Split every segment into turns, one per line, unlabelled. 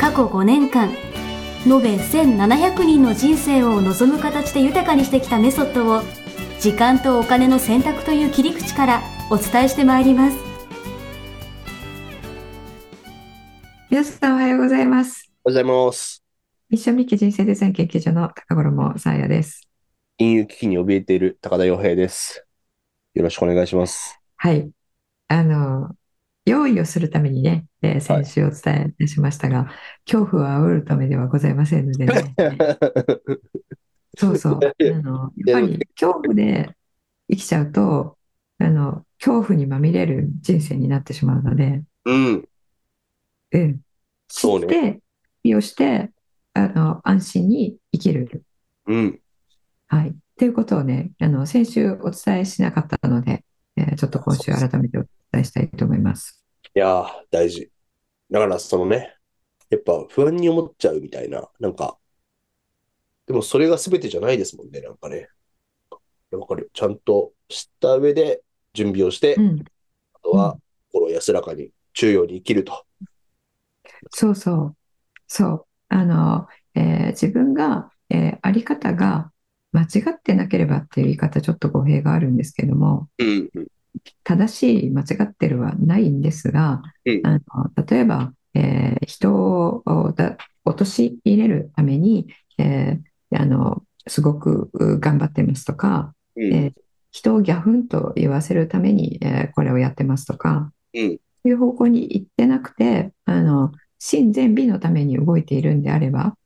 過去5年間延べ1700人の人生を望む形で豊かにしてきたメソッドを時間とお金の選択という切り口からお伝えしてまいります
皆さんおはようございます
おはようございます。
ミッションミッキー人生デザイン研究所の高頃もさあやです
金融危機に怯えている高田洋平です。よろしくお願いします。
はいあの用意をするためにね、えー先週お伝えいたしましたが、恐怖を煽るためではございませんのでねそう そうあのやっぱり恐怖で生きちゃうとあの恐怖にまみれる人生になってしまうので、
うん、
うん、
そうね。
で利用してあの安心に生きる
うん、
はい。っていうことをね、あの、先週お伝えしなかったので、えーちょっと今週改めてお伝えしたいと思います。
いやー、大事。だから、そのね、やっぱ不安に思っちゃうみたいな、なんか、でもそれが全てじゃないですもんね、なんかね。わかる。ちゃんと知った上で準備をして、
うん。
あとは心安らかに、中央に生きると。
そうそう。そう。あの、えー自分が、えーあり方が間違ってなければっていう言い方、ちょっと語弊があるんですけども、
うん、うん、
正しい、間違ってるはないんですが、
うん
あの例えば、えー人をだ陥れるために、えーあの、すごくう頑張ってますとか、
うん、
えー人をギャフンと言わせるために、えーこれをやってますとか、
うん
いう方向に行ってなくてあの真善美のために動いているんであれば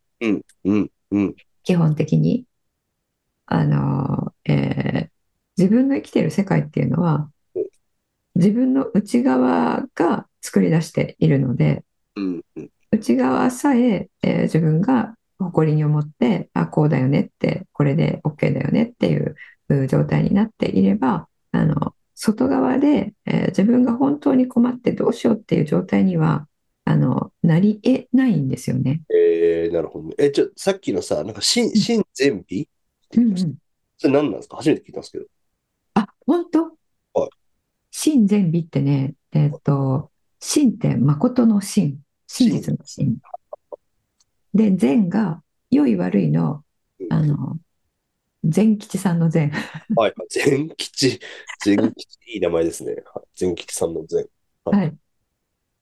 うん、
基本的にあの、えー自分の生きている世界っていうのは自分の内側が作り出しているので
うん、うん、
内側さええー自分が誇りに思ってあこうだよねってこれで OK だよねっていうう状態になっていればあの外側で、えー自分が本当に困ってどうしようっていう状態にはあのなりえないんですよね。
えー、なるほどね。え、ちょ、さっきのさ、なんか、しん、しん善美って言いました。それ何なんですか初めて聞いたんです けど。
あ本当
はい
真善美ってねえーっと真って誠の真真実の真で善が良い悪いの
うん
あの、善吉さんの善。
はい、全吉、全吉、いい名前ですね。はい全吉さんの全。
はい。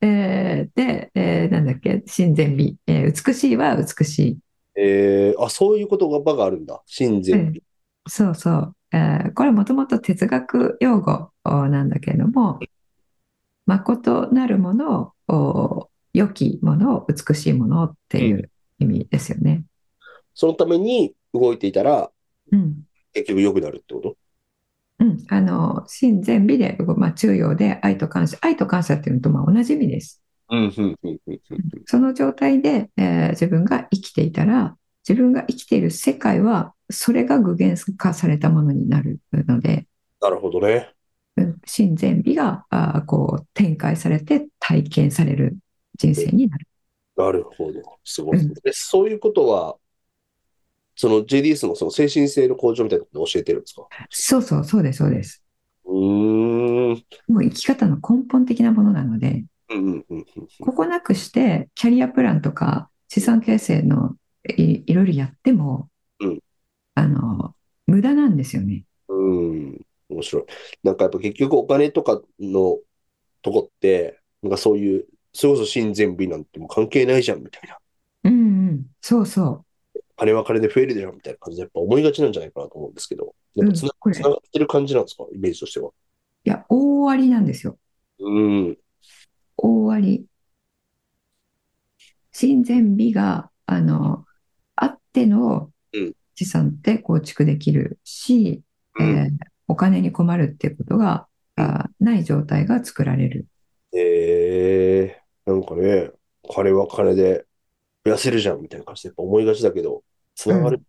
えーで、えーなんだっけ、親善美。えー美しいは美しい。
えー、あ、そういう言葉があるんだ。親善美。
そうそう。えーこれもともと哲学用語おなんだけれども、誠なるものを、良きもの、美しいものっていう意味ですよね。
そのために動いていたら、
うん。
結局良くなるってこと
うん。あの、親善美で、まあ、中庸で愛と感謝。愛と感謝っていうのとまあ同じ意味です。
うん、うん、うん、うん、うん。
その状態で、えー自分が生きていたら、自分が生きている世界は、それが具現化されたものになるので、
なるほどね。
うん真善美があーこう展開されて体験される人生になる。
なるほど。すごい。
うん
えそういうことは、その JDS のその精神性の向上みたいなことを教えてるんですか
そうそう、そうです、そうです。
うーん。
もう生き方の根本的なものなので、
うん、うん、うん、うん。
ここなくして、キャリアプランとか資産形成のいいろいろやっても、
うん
あの、無駄なんですよね。
うん、面白い。なんかやっぱ結局お金とかのとこって、なんかそういう、それこそ親善美なんてもう関係ないじゃんみたいな。
うんうん、そうそう。
金は金で増えるでしょみたいな感じでやっぱ思いがちなんじゃないかなと思うんですけど、やっぱつな、
うんこれ
つながってる感じなんですか、イメージとしては。
いや、大ありなんですよ。
うん、
大あり。親善美が、あの、あっての
うん
資産って構築できるし、
う
え
ん。
ーお金に困るっていうことが、あーない状態が作られる。
えー、なんかね、金は金で痩せるじゃんみたいな感じでやっぱ思いがちだけど、つながる。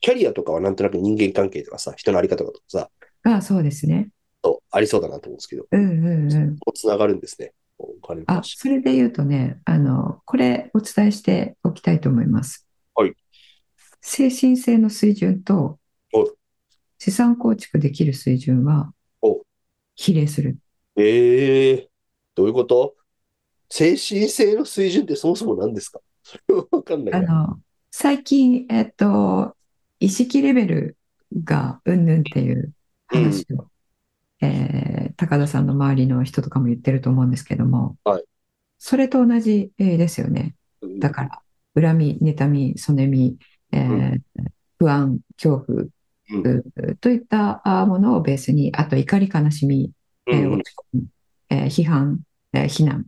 キャリアとかはなんとなく人間関係とかさ、人のあり方とかさ、
ああ、そうですね。
そうありそうだなと思うんですけど、こ
うんうんうん。
うつながるんですね。お金の
あ、
話。
それで言うとね、あの、これお伝えしておきたいと思います。
はい。
精神性の水準と
お
資産構築できる水準は
お
比例する。
ええどういうこと精神性の水準ってそもそも何ですかそれはわかんな
あ
いな。
の、最近、えっと、意識レベルがうんぬんっていう話を、えー高田さんの周りの人とかも言ってると思うんですけども、
はい
それと同じ、えーですよね。だから、恨み、妬み、そねみ、えー
う
不安、恐怖、
うん
うといったあーものをベースに、あと怒り、悲しみ、え
うん
ー落ち込み、えー批判、えー非難、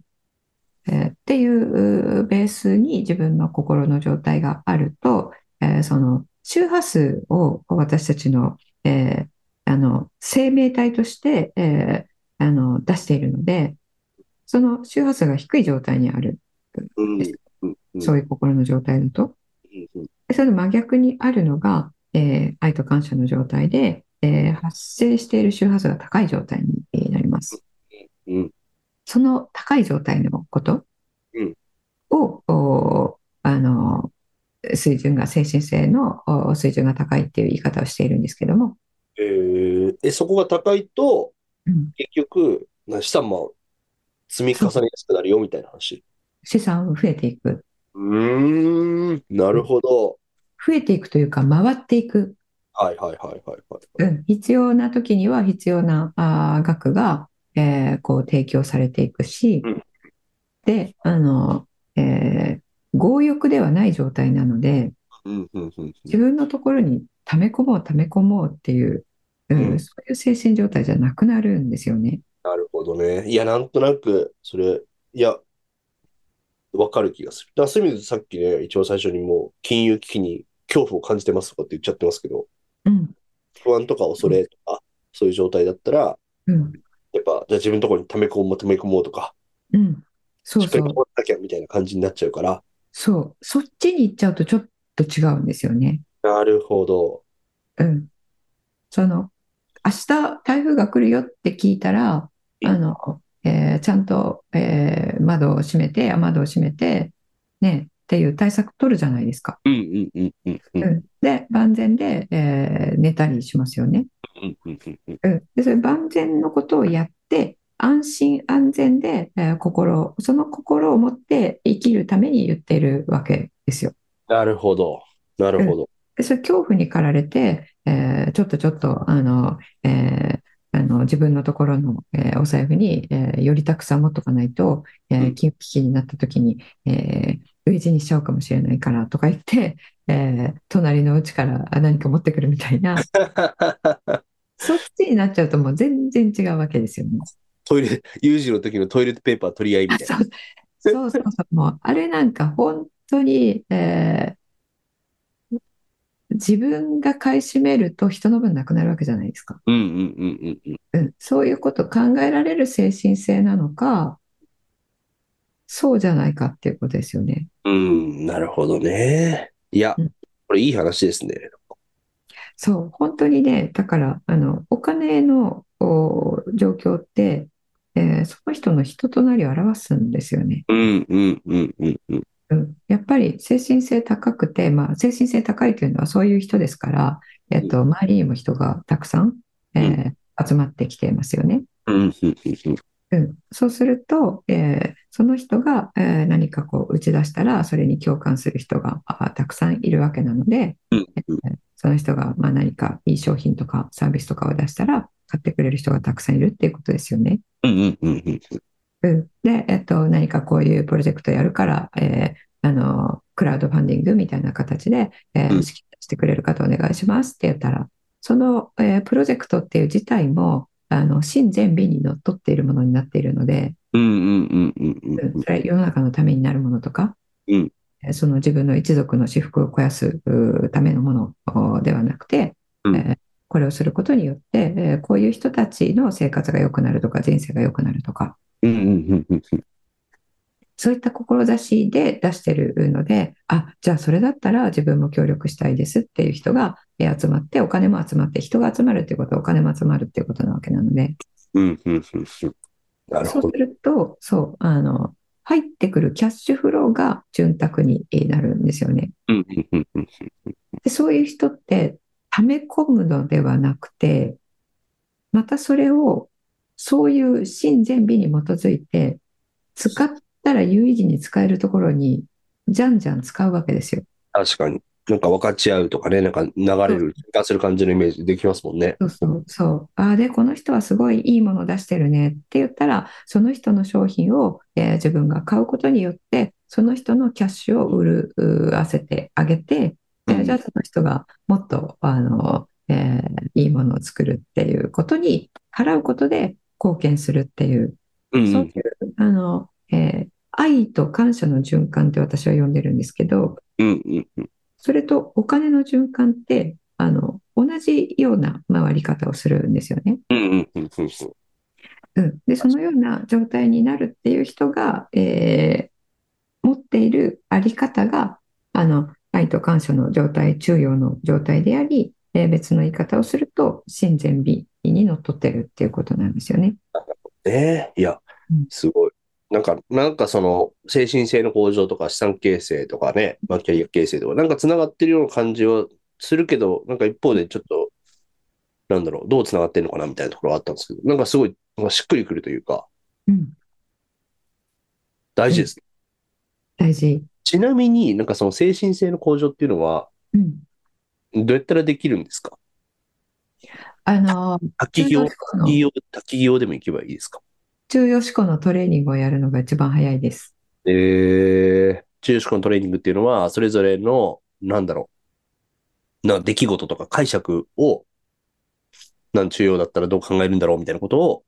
えーっていううーベースに自分の心の状態があると、えーその周波数を私たちの,、えーあの生命体として、えーあの出しているので、その周波数が低い状態にある、
うんうんうん
そういう心の状態だと。
うん
でその真逆にあるのが、えー愛と感謝の状態で、えー発生している周波数が高い状態にえーなります。
うん
その高い状態のこと
うん
を、おあの水準が精神性のお水準が高いっていう言い方をしているんですけども、
えーえ、そこが高いと、
うん
結局、な資産も積み重ねやすくなるよみたいな話。
資産を増えていく
うーん、なるほど。
増えていくというか回っていく
はいはいはいはいは
う
い。
ん、必要な時には必要なあー額が、えーこう提供されていくし、
うん
で、あの、えー強欲ではない状態なので、
うんうんうん
自分のところに溜め込もう溜め込もうっていう、うん
うん
そういう精神状態じゃなくなるんですよね。
なるほどね。いや、なんとなく、それ、いや、わかる気がする。だからそういう意味でさっきね、一番最初にもう、金融危機に恐怖を感じてますとかって言っちゃってますけど、
うん、
不安とか恐れとか、そういう状態だったら、
うん、
やっぱ、じゃあ自分のところに溜め込もう、溜め込もうとか、
うん。そう
しっかり
そ
溜
う
ま、らなきゃみたいな感じになっちゃうから、
そう。そっちに行っちゃうとちょっと違うんですよね。
なるほど。
うん。その、明日台風が来るよって聞いたら、
うん
あの、えーちゃんと、えー窓を閉めて、雨戸を閉めて、ね、っていう対策取るじゃないですか。
うんうんうんうんうん
うんで、万全で、えー寝たりしますよね。
うんうんうんうん
うん。で、それ万全のことをやって、安心安全で、えー心を、その心を持って生きるために言っているわけですよ。
なるほど。なるほど。
で、それ恐怖に駆られて、えーちょっとちょっと、あの、えーあの自分のところの、えーお財布に、えーよりたくさん持っとかないと、え
う
ー、
ん
金融危機になった時に、えー、飢え死にしちゃうかもしれないからとか言って、 えー隣の家からあ何か持ってくるみたいな、そっちになっちゃうともう全然違うわけですよね。
トイレ、有事の時のトイレットペーパー取り合いみ
あ
たい
そ
な。
うそうそうそう、もう、あれなんか本当に、えー自分が買い占めると人の分なくなるわけじゃないですか。
うんうんうんうんうん。
うん、そういうこと考えられる精神性なのか、そうじゃないかっていうことですよね。
うん、なるほどね。いや
うん、
これいい話ですね。
そう、本当にね、だから、あの、お金のお状況って、えーその人の人となりを表すんですよね。
うんうんうんうんうん。
うん、やっぱり精神性高くて、まあ、精神性高いというのはそういう人ですから、えっと、周りにも人がたくさん、えー集まってきていますよね。
うんうんうんうん。
うん、そうすると、えーその人が、えー何かこう打ち出したらそれに共感する人があーたくさんいるわけなので、
うん
えーその人が、まあ、何かいい商品とかサービスとかを出したら買ってくれる人がたくさんいるっていうことですよね。
うんうんうんう
う
ん。
ん、で、えっと、何かこういうプロジェクトやるから、えーあのクラウドファンディングみたいな形で、えー
うん
資金出してくれる方お願いしますって言ったらその、えープロジェクトっていう自体もあの真善美にのっとっているものになっているので。
うんうんうんうんうん
それ世の中のためになるものとか、
うん
えーその自分の一族の私腹を肥やすうーためのものおーではなくて、
うん
えーこれをすることによって、えーこういう人たちの生活が良くなるとか人生が良くなるとか
うんうんうんうんうん。
そういった志で出してるので、あ、じゃあそれだったら自分も協力したいですっていう人がえー集まって、お金も集まって、人が集まるっていうことはお金も集まるっていうことなわけなので、
うん、うん、うん。うんなる
そ
ほ
う
ど
す。ると、そう、あの、入ってくるキャッシュフローが潤沢にえーなるんですよね。
うん、うん、うん、うん。
で、そういう人って、溜め込むのではなくて、またそれを、そういう真善美に基づいて、使ったら有意義に使えるところに、じゃんじゃん使うわけですよ。
確かに。なんか分かち合うとかね、なんか流れる、化する感じのイメージできますもんね。
そうそうそう。ああ、で、この人はすごいいいもの出してるねって言ったら、その人の商品を、えー自分が買うことによって、その人のキャッシュを売る、うー合わせてあげて、えー
うん
じゃあその人がもっと、あの、えーいいものを作るっていうことに、払うことで貢献するっていう、
うんう
そうい
ん、
う、あの、えー愛と感謝の循環って私は呼んでるんですけど、
うん、うん、うん。
それとお金の循環って、あの、同じような回り方をするんですよね。
うん、うん、うん、うん。
うん、で、そのような状態になるっていう人が、えー持っているあり方が、あの、愛と感謝の状態、中庸の状態であり、えー別の言い方をすると、親善美にのっとってるっていうことなんですよね。
ねえ、いや
うん、
すごい。なんか、なんかその、精神性の向上とか資産形成とかね、まあ、キャリア形成とか、なんか繋がってるような感じはするけど、なんか一方でちょっと、なんだろう、どう繋がってるのかなみたいなところはあったんですけど、なんかすごい、なんかしっくりくるというか、
うん、
大事ですね。
大事。
ちなみになんかその精神性の向上っていうのは、
うん。
どうやったらできるんですか
あの、
滝
中
行
庸思、考の
滝行、滝行でも行けばいいですか
中庸思考のトレーニングをやるのが一番早いです。
えー、中四股のトレーニングっていうのは、それぞれの、なんだろう、な、出来事とか解釈を、なん、中央だったらどう考えるんだろうみたいなことを、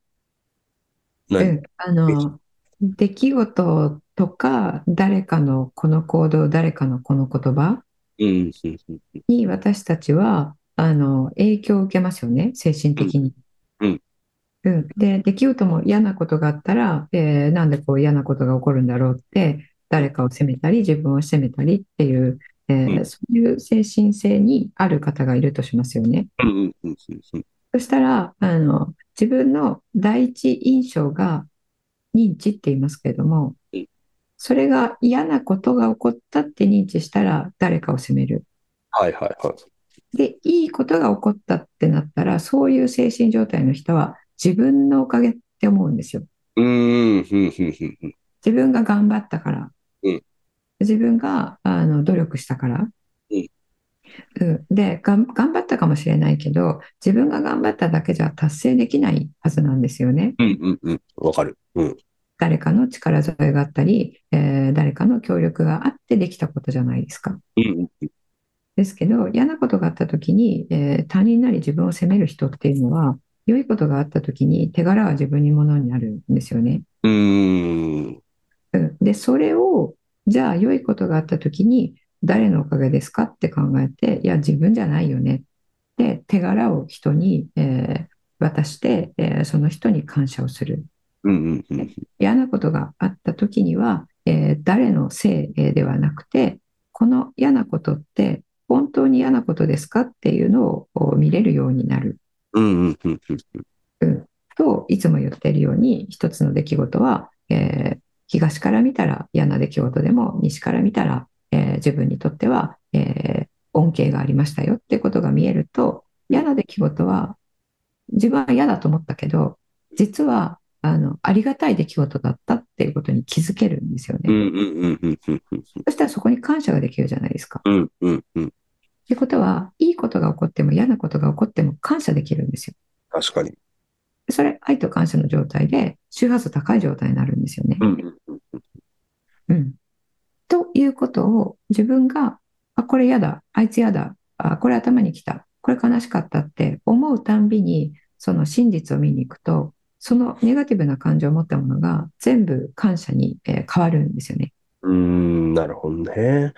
な
うん、あの、出来事とか、誰かのこの行動、誰かのこの言葉、
うん、うん、うん、
に私たちはあの影響を受けますよね、精神的に。
うん
うんで、出来事も嫌なことがあったら、えーなんでこう嫌なことが起こるんだろうって、誰かを責めたり、自分を責めたりっていう、えー
うん
そういう精神性にある方がいるとしますよね。
うん、うん、うん、
そしたら、あの自分の第一印象が認知って言いますけれども
うん、
それが嫌なことが起こったって認知したら、誰かを責める。
はい、はい、はい。
で、いいことが起こったってなったら、そういう精神状態の人は自分のおかげって思うんですよ。
うーん、うん、うん、うん、うん。
自分が頑張ったから。
うん
自分があの努力したから。
うん
うんでがん、頑張ったかもしれないけど、自分が頑張っただけじゃ達成できないはずなんですよね。
うん、うん、うん。わかる。うん、
誰かの力添えがあったり、えー誰かの協力があってできたことじゃないですか。
うん、うん。
ですけど、嫌なことがあったときに、えー他人なり自分を責める人っていうのは、良いことがあったときに手柄は自分にものになるんですよね。
うーん、
うん、で、それを、じゃあ良いことがあったときに、誰のおかげですかって考えて、いや、自分じゃないよねって手柄を人に、えー渡して、えーその人に感謝をする。
うん、うん、うん。
嫌なことがあったときには、えー誰のせいえーではなくて、この嫌なことって本当に嫌なことですかっていうのをこう見れるようになる
うん、うん、うん、うん。
と、いつも言っているように、一つの出来事は、えー東から見たら嫌な出来事でも、西から見たら、えー自分にとっては、えー恩恵がありましたよってことが見えると、嫌な出来事は、自分は嫌だと思ったけど、実は、あの、ありがたい出来事だったっていうことに気づけるんですよね。
うん、うん、うん、うん、うん。
そしたらそこに感謝ができるじゃないですか。
うん、うん、うん。
ってことは、いいことが起こっても嫌なことが起こっても感謝できるんですよ。
確かに。
それ、愛と感謝の状態で、周波数高い状態になるんですよね。
うん、
うん。ということを、自分が、あ、これ嫌だ、あいつ嫌だ、あ、これ頭にきた、これ悲しかったって思うたんびに、その真実を見に行くと、そのネガティブな感情を持ったものが全部感謝に、えー変わるんですよね。
うーん、なるほどね。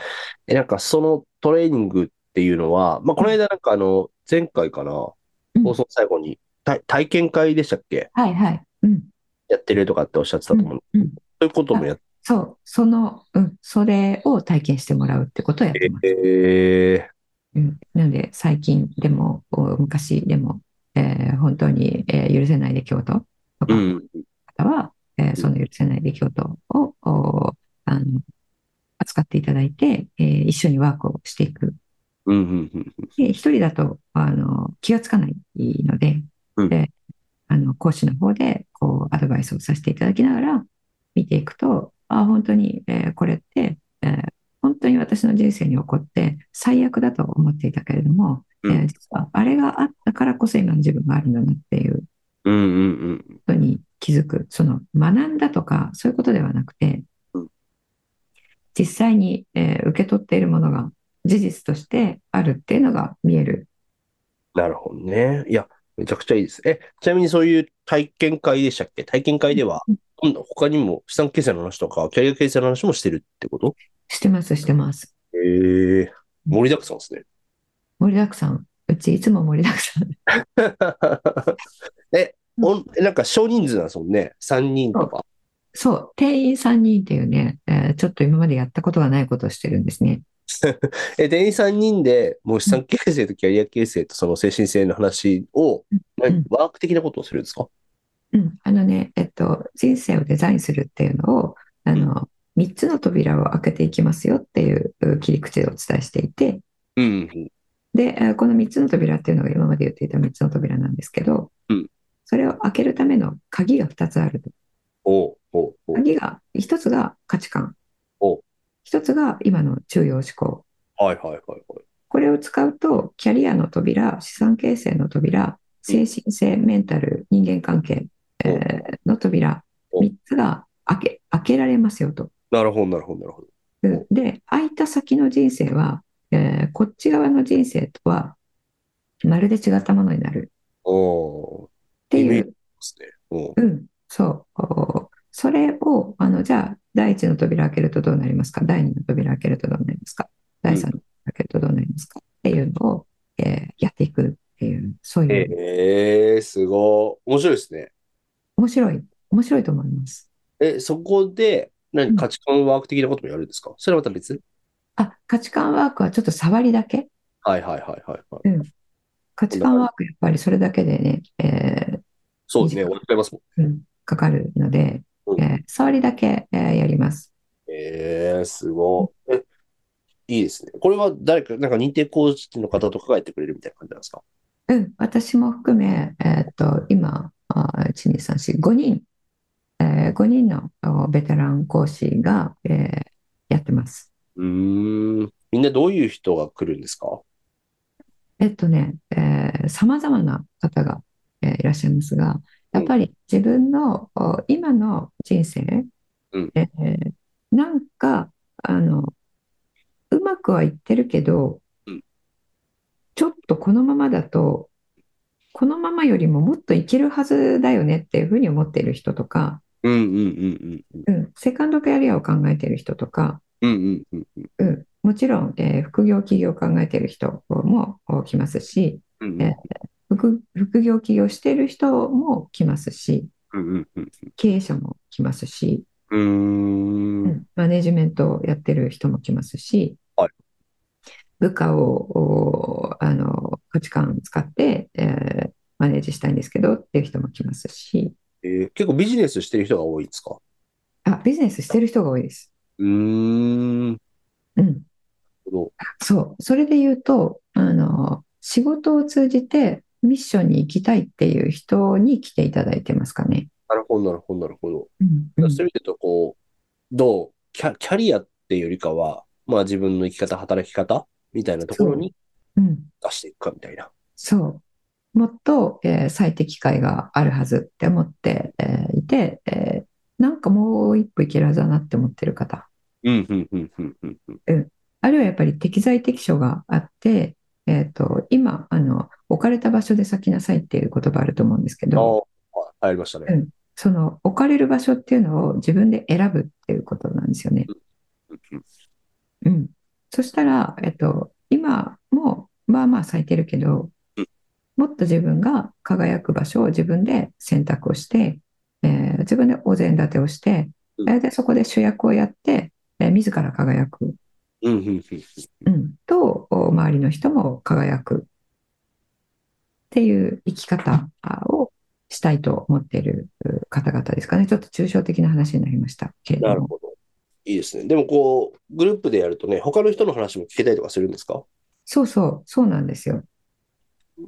え、なんかそのトレーニングっていうのは、まあ、この間なんかあの、前回かな、放
うん
送最後に、体体験会でしたっけ
はいはい。うん。
やってるとかっておっしゃってたと思う。
うんうん
そういうこともやって
そう、その、うん、それを体験してもらうってことをやってます。
ええ
うん、なので、最近でも、お昔でも、えー本当に、えー許せない出来事とか
う
の
ん。
方は、えーその許せない出来事を、おあの、扱っていただいて、えー一緒にワークをしていく。
うんうんうん
で、一人だと、あの、気がつかないので、
うん
で、あの、講師の方で、こう、アドバイスをさせていただきながら、見ていくと、あ、本当に、えーこれって、えー本当に私の人生に起こって、最悪だと思っていたけれども、
うん
えー実は、あれがあったからこそ今の自分があるんだなっていう
うんうんうん
ことに気づく、その学んだとかそういうことではなくて
うん、
実際に、えー受け取っているものが事実としてあるっていうのが見える。
なるほどね。いや、めちゃくちゃいいです。え、ちなみにそういう体験会でしたっけ体験会では、今度他にも資産形成の話とか、キャリア形成の話もしてるってこと
してます、してます。
ええ盛りだくさんですね。
盛りだくさん。うちいつも盛りだくさん。
え、おんなんか少人数なんですもんね。3人とか。
そう、定員3人っていうね、えーちょっと今までやったことがないことをしてるんですね。
え、店員3人でもう資産形成とキャリア形成とその精神性の話を、
ん
なワーク的なことをするんですか
うん、あのね、えっと、人生をデザインするっていうのを、あの、3つの扉を開けていきますよっていうう切り口でお伝えしていて、
うん。
で、えーこの3つの扉っていうのが今まで言っていた3つの扉なんですけど、
うん
それを開けるための鍵が2つあると。
おうおうおう
鍵が、1つが価値観
お、
1つが今の中央思考。
はいはいはいはい。
これを使うと、キャリアの扉、資産形成の扉、精神性、メンタル、人間関係、
お
えーの扉、
お
3つが開け開けられますよと。
なるほどなるほどなるほど。
うんで、開いた先の人生は、えーこっち側の人生とは、まるで違ったものになる
おー
って
イ
い
メ
う
ージですね。うん
うん、そう。おそれを、あの、じゃあ、第一の扉開けるとどうなりますか第二の扉開けるとどうなりますか第三の扉開けるとどうなりますかっていうのを、えーやっていくっていう、そういう、
ええすごい。面白いですね。
面白い、面白いと思います。
え、そこで、
う
何、
ん
価値観ワーク的なこともやるんですかそれはまた別
あ、価値観ワークはちょっと触りだけ
はいはいはいはいはい。
価値観ワークやっぱりそれだけでね、えー
そうですね。終わっちゃいますもん。
うんかかるので、
うん
えー触りだけ、えーやります。
ええすごい。え、いいですね。これは誰か、なんか認定講師の方とかがやってくれるみたいな感じなんですか
うん、私も含め、えーっと、今、あー、1、2、3、4、5人、え5人のおベテラン講師が、えーやってます。
うーん。みんなどういう人が来るんですか
えっとね、さまざまな方が、えーいらっしゃいますが、やっぱり自分のお今の人生、
うん
えーなんか、あの、うまくはいってるけど
うん、
ちょっとこのままだと、このままよりももっといけるはずだよねっていうふうに思っている人とか、
うんうんうんうん。
うん、セカンドキャリアを考えている人とか、
うんうんうんうん。
うん、もちろん、えー副業企業を考えている人もお来ますし、
うん
え副副業起業している人も来ますし
うんうん
経営者も来ますし、
うん。うーん。
マネジメントをやってる人も来ますし、
はい
部下をおあの価値観を使って、えーマネージしたいんですけどっていう人も来ますし
えー結構ビジネスしてる人が多いんですか
あビジネスしてる人が多いです。
うーん。な
う
る
ん、
ほど。
そうそれで言うとあの仕事を通じてミッションに行きたいっていう人に来ていただいてますかね。
なるほど、なるほど、なるほど。
うん
そういう意味で言うと、こう、どう、キャ、キャリアっていうよりかは、まあ自分の生き方、働き方みたいなところに
うん
出していくかみたいな。
そう。もっと、えー最適解があるはずって思って、えーいて、えーなんかもう一歩いけるはずだなって思ってる方。
うん、うん、うん、うん、うん、うん。
あるいはやっぱり適材適所があって、えーと、今、あの、置かれた場所で咲きなさいっていう言葉あると思うんですけ
あ
ど、
あ、ありました
う
ね。
んその置かれる場所っていうのを自分で選ぶっていうことなんですよね。
うんう
う
ん
ん。そしたら、えっと、今もまあまあ咲いてるけど
うん、
もっと自分が輝く場所を自分で選択をして、えー自分でお膳立てをして、
ううん
大体そこで主役をやって、えー自ら輝く、
うんうんうん
うん、と、お周りの人も輝くっていう生き方あをしたいと思っているう方々ですかね。ちょっと抽象的な話になりましたけれど
なる
も。
ほど。いいですね。でもこう、グループでやるとね、他の人の話も聞けたりとかするんですか
そうそう、そうなんですよ。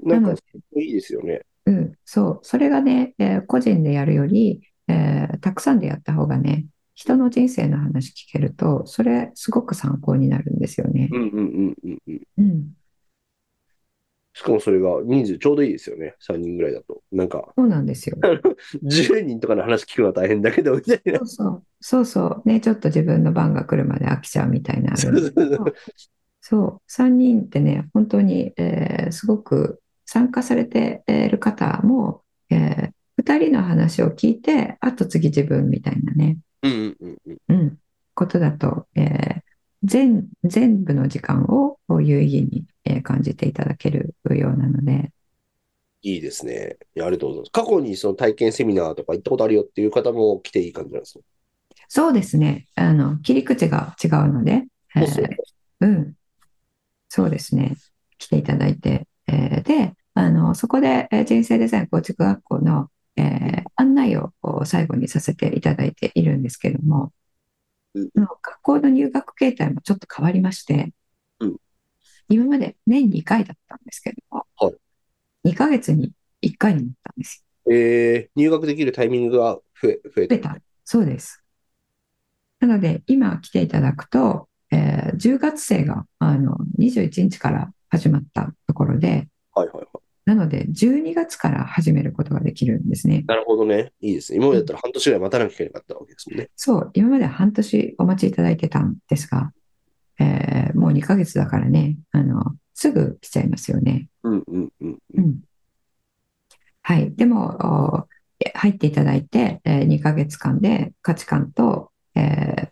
なん
な
か
の、
いいですよね。
うん、そう、それがね、えー個人でやるより、えーたくさんでやった方がね、人の人生の話聞けると、それすごく参考になるんですよね
う。んうんうんうんうん。
うん、
しかもそれが人数ちょうどいいですよね。3人ぐらいだと。なんか、
そうなんです よ。
10人とかの話聞くのは大変だけど、みたいな
そ。うそう、そうそう、ね、ちょっと自分の番が来るまで飽きちゃうみたいなのあるんですけどそう、3人ってね、本当に、えーすごく参加されている方も、え2人の話を聞いて、あと次自分みたいなね。
うんうんうんうん。
うん、ことだと、えー全、全部の時間をこう有意義に、えー感じていただけるようなので、
いいですね。いや、ありがとうございます。過去にその体験セミナーとか行ったことあるよっていう方も来ていい感じなんですよ。
そうですね、あの、切り口が違うので、え
そうそう
ーうん、そうですね、来ていただいて、えーで、あの、そこで、えー人生デザイン構築学校の、えー案内をこう最後にさせていただいているんですけども、
うん
あの学校の入学形態もちょっと変わりまして、
うん
今まで年2回だったんですけども、
は
2ヶ月に1回になったんですよ。
えー、入学できるタイミングが増え、増え
増え
た。
た。そうです。なので、今来ていただくと、えー10月生があの21日から始まったところで、
はいはいはい。
なので、12月から始めることができるんですね。
なるほどね。いいですね。今までだったら半年ぐらい待たなきゃいけなかったわけですもんね。
そう、今まで半年お待ちいただいてたんですが、えーもう2ヶ月だからね、あの、すぐ来ちゃいますよね。
うんうんうんう。
うんん。はい。でも、おえ入っていただいて、え2ヶ月間で価値観と、えー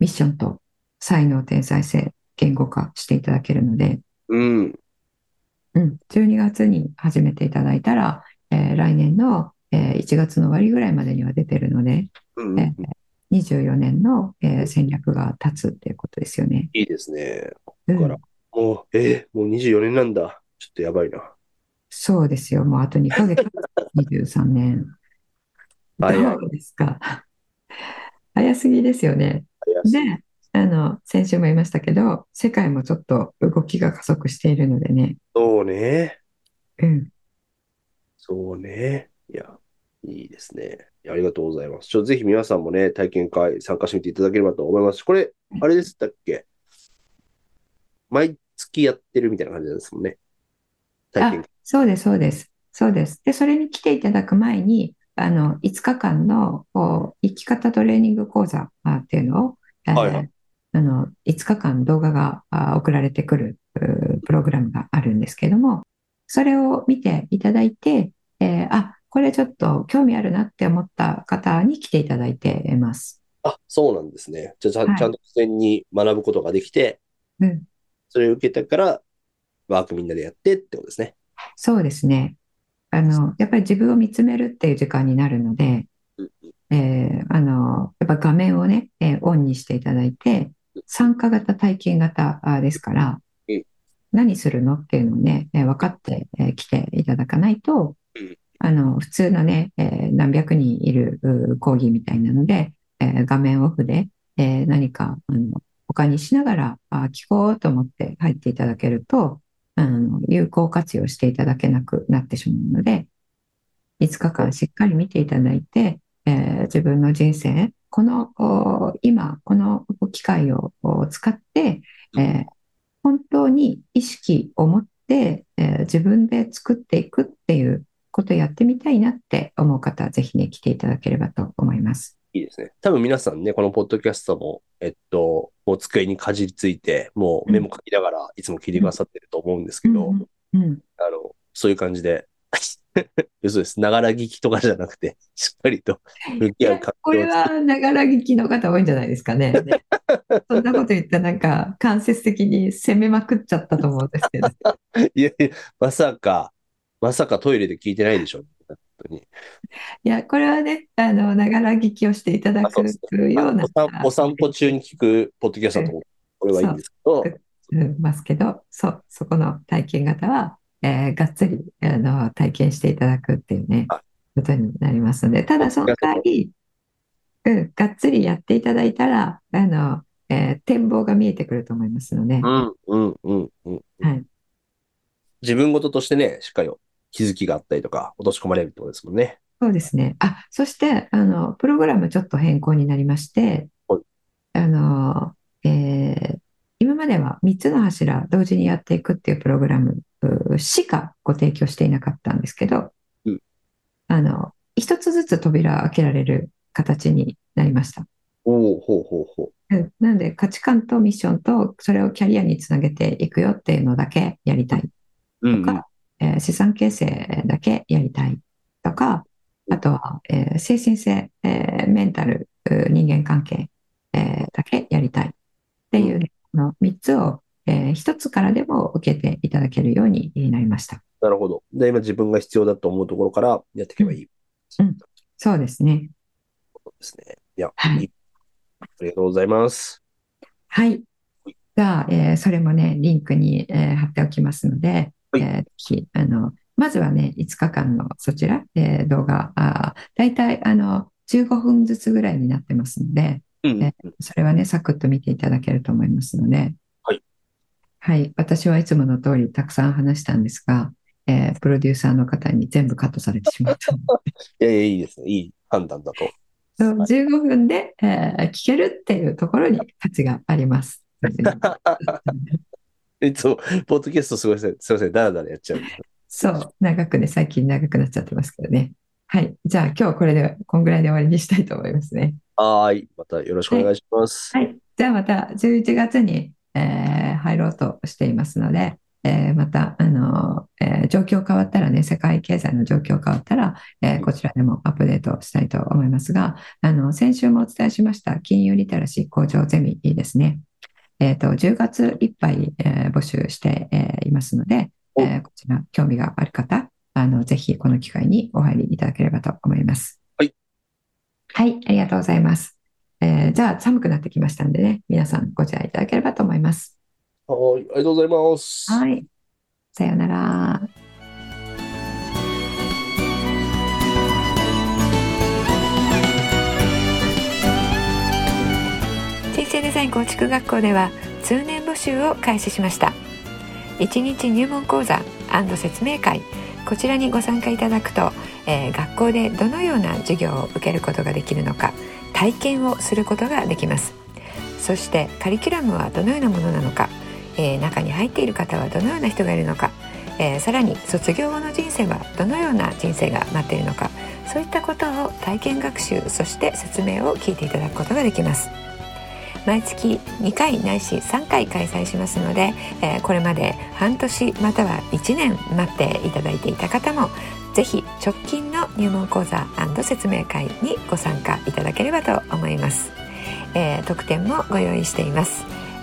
ミッションと才能天才性言語化していただけるので、
うん。
うん、12月に始めていただいたら、えー来年の、えー1月の終わりぐらいまでには出てるので、
うんうんうん
24年の、えー戦略が立つっていうことですよね。
いいですね。
う
だか
ん
ら、もう、えー、もう24年なんだ。ちょっとやばいな。
そうですよ。もうあと2ヶ 月、23年。ど
早いう
ですか。早すぎですよね。
早す
で、あの、先週も言いましたけど、世界もちょっと動きが加速しているのでね。
そうね。
うん。
そうね。いや、いいですね。いやありがとうございます。ちょっとぜひ皆さんもね、体験会参加してみていただければと思います。これ、あれでしたっけ毎月やってるみたいな感じなんですもんね。体験会。
そうです、そうです。そうです。で、それに来ていただく前に、あの、5日間のこう生き方トレーニング講座あっていうのを、えー
はいはい
あの、5日間動画があ送られてくるうープログラムがあるんですけども、それを見ていただいて、えーあ、これちょっと興味あるなって思った方に来ていただいてます。
あ、そうなんですね。じゃあちゃん、
はい
ちゃんと事前に学ぶことができて、
うん。
それを受けたから、ワークみんなでやってってことですね。
そうですね。あの、やっぱり自分を見つめるっていう時間になるので
うん、
えーあの、やっぱ画面をね、えーオンにしていただいて、参加型、体験型あーですから
うん、
何するのっていうのをね、えー分かってえーきていただかないと
うん、
あの、普通のね、えー何百人いるうー講義みたいなので、えー画面オフで、えー何か、あの、他にしながら、あー、聞こうと思って入っていただけると、あの、有効活用していただけなくなってしまうので、5日間しっかり見ていただいて、えー自分の人生、この、お今、この機会をお使って、えー本当に意識を持って、えー自分で作っていくっていうことをやってみたいなって思う方は、ぜひね、来ていただければと思います。
いいですね。多分皆さんね、このポッドキャストも、えっと、もう机にかじりついて、もうメモ書きながらいつも聞いてくださってると思うんですけど、
うんうん
あの、そういう感じで、 嘘です。ながら聞きとかじゃなくて、しっかりと向き合う環
こ
境を
れ
作っ
はながら聞きの方多いんじゃないですか ね。そんなこと言ったらなんか間接的に攻めまくっちゃった と思うんですけど。
て、いやいや、まさか、まさかトイレで聞いてないでしょ。当に。
いや、これはね、あの、ながら聞きをしていただ
あそ
く
うです
ような、
お散お散歩中に聞くポッドキャストだと思うこれはいいんですけど、
うんますけど、そう、そこの体験型は、えーがっつり、あの、体験していただくっていうね
は、
ことになりますので、ただその代わり、うん、がっつりやっていただいたら、あの、えー展望が見えてくると思いますので
う、ん、うん、うん、うん。
はい
自分事としてね、しっかり気づきがあったりとか、落とし込まれるってことですもんね。
そうですね。あ、そして、あの、プログラムちょっと変更になりまして
はい、
あの、えー今までは3つの柱同時にやっていくっていうプログラムうしかご提供していなかったんですけど
うん、
あの、1つずつ扉を開けられる形になりました。
おおほうほうほ
う
う。
んなので価値観とミッションとそれをキャリアにつなげていくよっていうのだけやりたい。
うん、
とか、えー資産形成だけやりたいとか、あとは、えー精神性、えーメンタル、う人間関係、えーだけやりたいっていうね、この3つを、え1つからでも受けていただけるようになりました。
なるほど。で、今自分が必要だと思うところからやっていけばいい
そうですね。
ですね。いや、
はい
いいありがとうございます。
はい。じゃあ、えーそれもね、リンクに、えー貼っておきますので、
は
え
い
ーぜひ、あの、まずはね、5日間のそちら、えー動画、あー大体、あの、15分ずつぐらいになってますので、
うん
ねそれはね、サクッと見ていただけると思いますので、
はい。
はい。私はいつもの通りたくさん話したんですが、えープロデューサーの方に全部カットされてしまった ので。
いやいや、いいですね。いい判断だと。
そう15分で、えー聞けるっていうところに価値があり ます。
いつも、ポッドキャストすごいですね。すいません、だらだらやっちゃうんで。
そう、長くね、最近長くなっちゃってますけどね。はい。じゃあ今日はこれで、こんぐらいで終わりにしたいと思いますね。
はーい。またよろしくお願いします。
はい。じゃあまた11月に、えー入ろうとしていますので、えーまた、あのーえー状況変わったらね、世界経済の状況変わったら、えーこちらでもアップデートしたいと思いますが、あの、先週もお伝えしました、金融リテラシー向上ゼミですね。えっと、10月いっぱい、えー募集して、えーいますので、えーこちら、興味がある方、あの、ぜひこの機会にお入りいただければと思います。
はい。
はい、ありがとうございます。えーじゃあ寒くなってきましたんでね、皆さんご自愛いただければと思います。
はーい。ありがとうございます。
はい。さようなら。人生デザイン構築学校では通年募集を開始しました一日入門講座説明会こちらにご参加いただくと、えー学校でどのような授業を受けることができるのか体験をすることができますそしてカリキュラムはどのようなものなのか、えー中に入っている方はどのような人がいるのか、えーさらに卒業後の人生はどのような人生が待っているのかそういったことを体験学習そして説明を聞いていただくことができます毎月2回ないし3回開催しますので、えーこれまで半年または1年待っていただいていた方もぜひ直近の入門講座説明会にご参加いただければと思います、えー特典もご用意しています、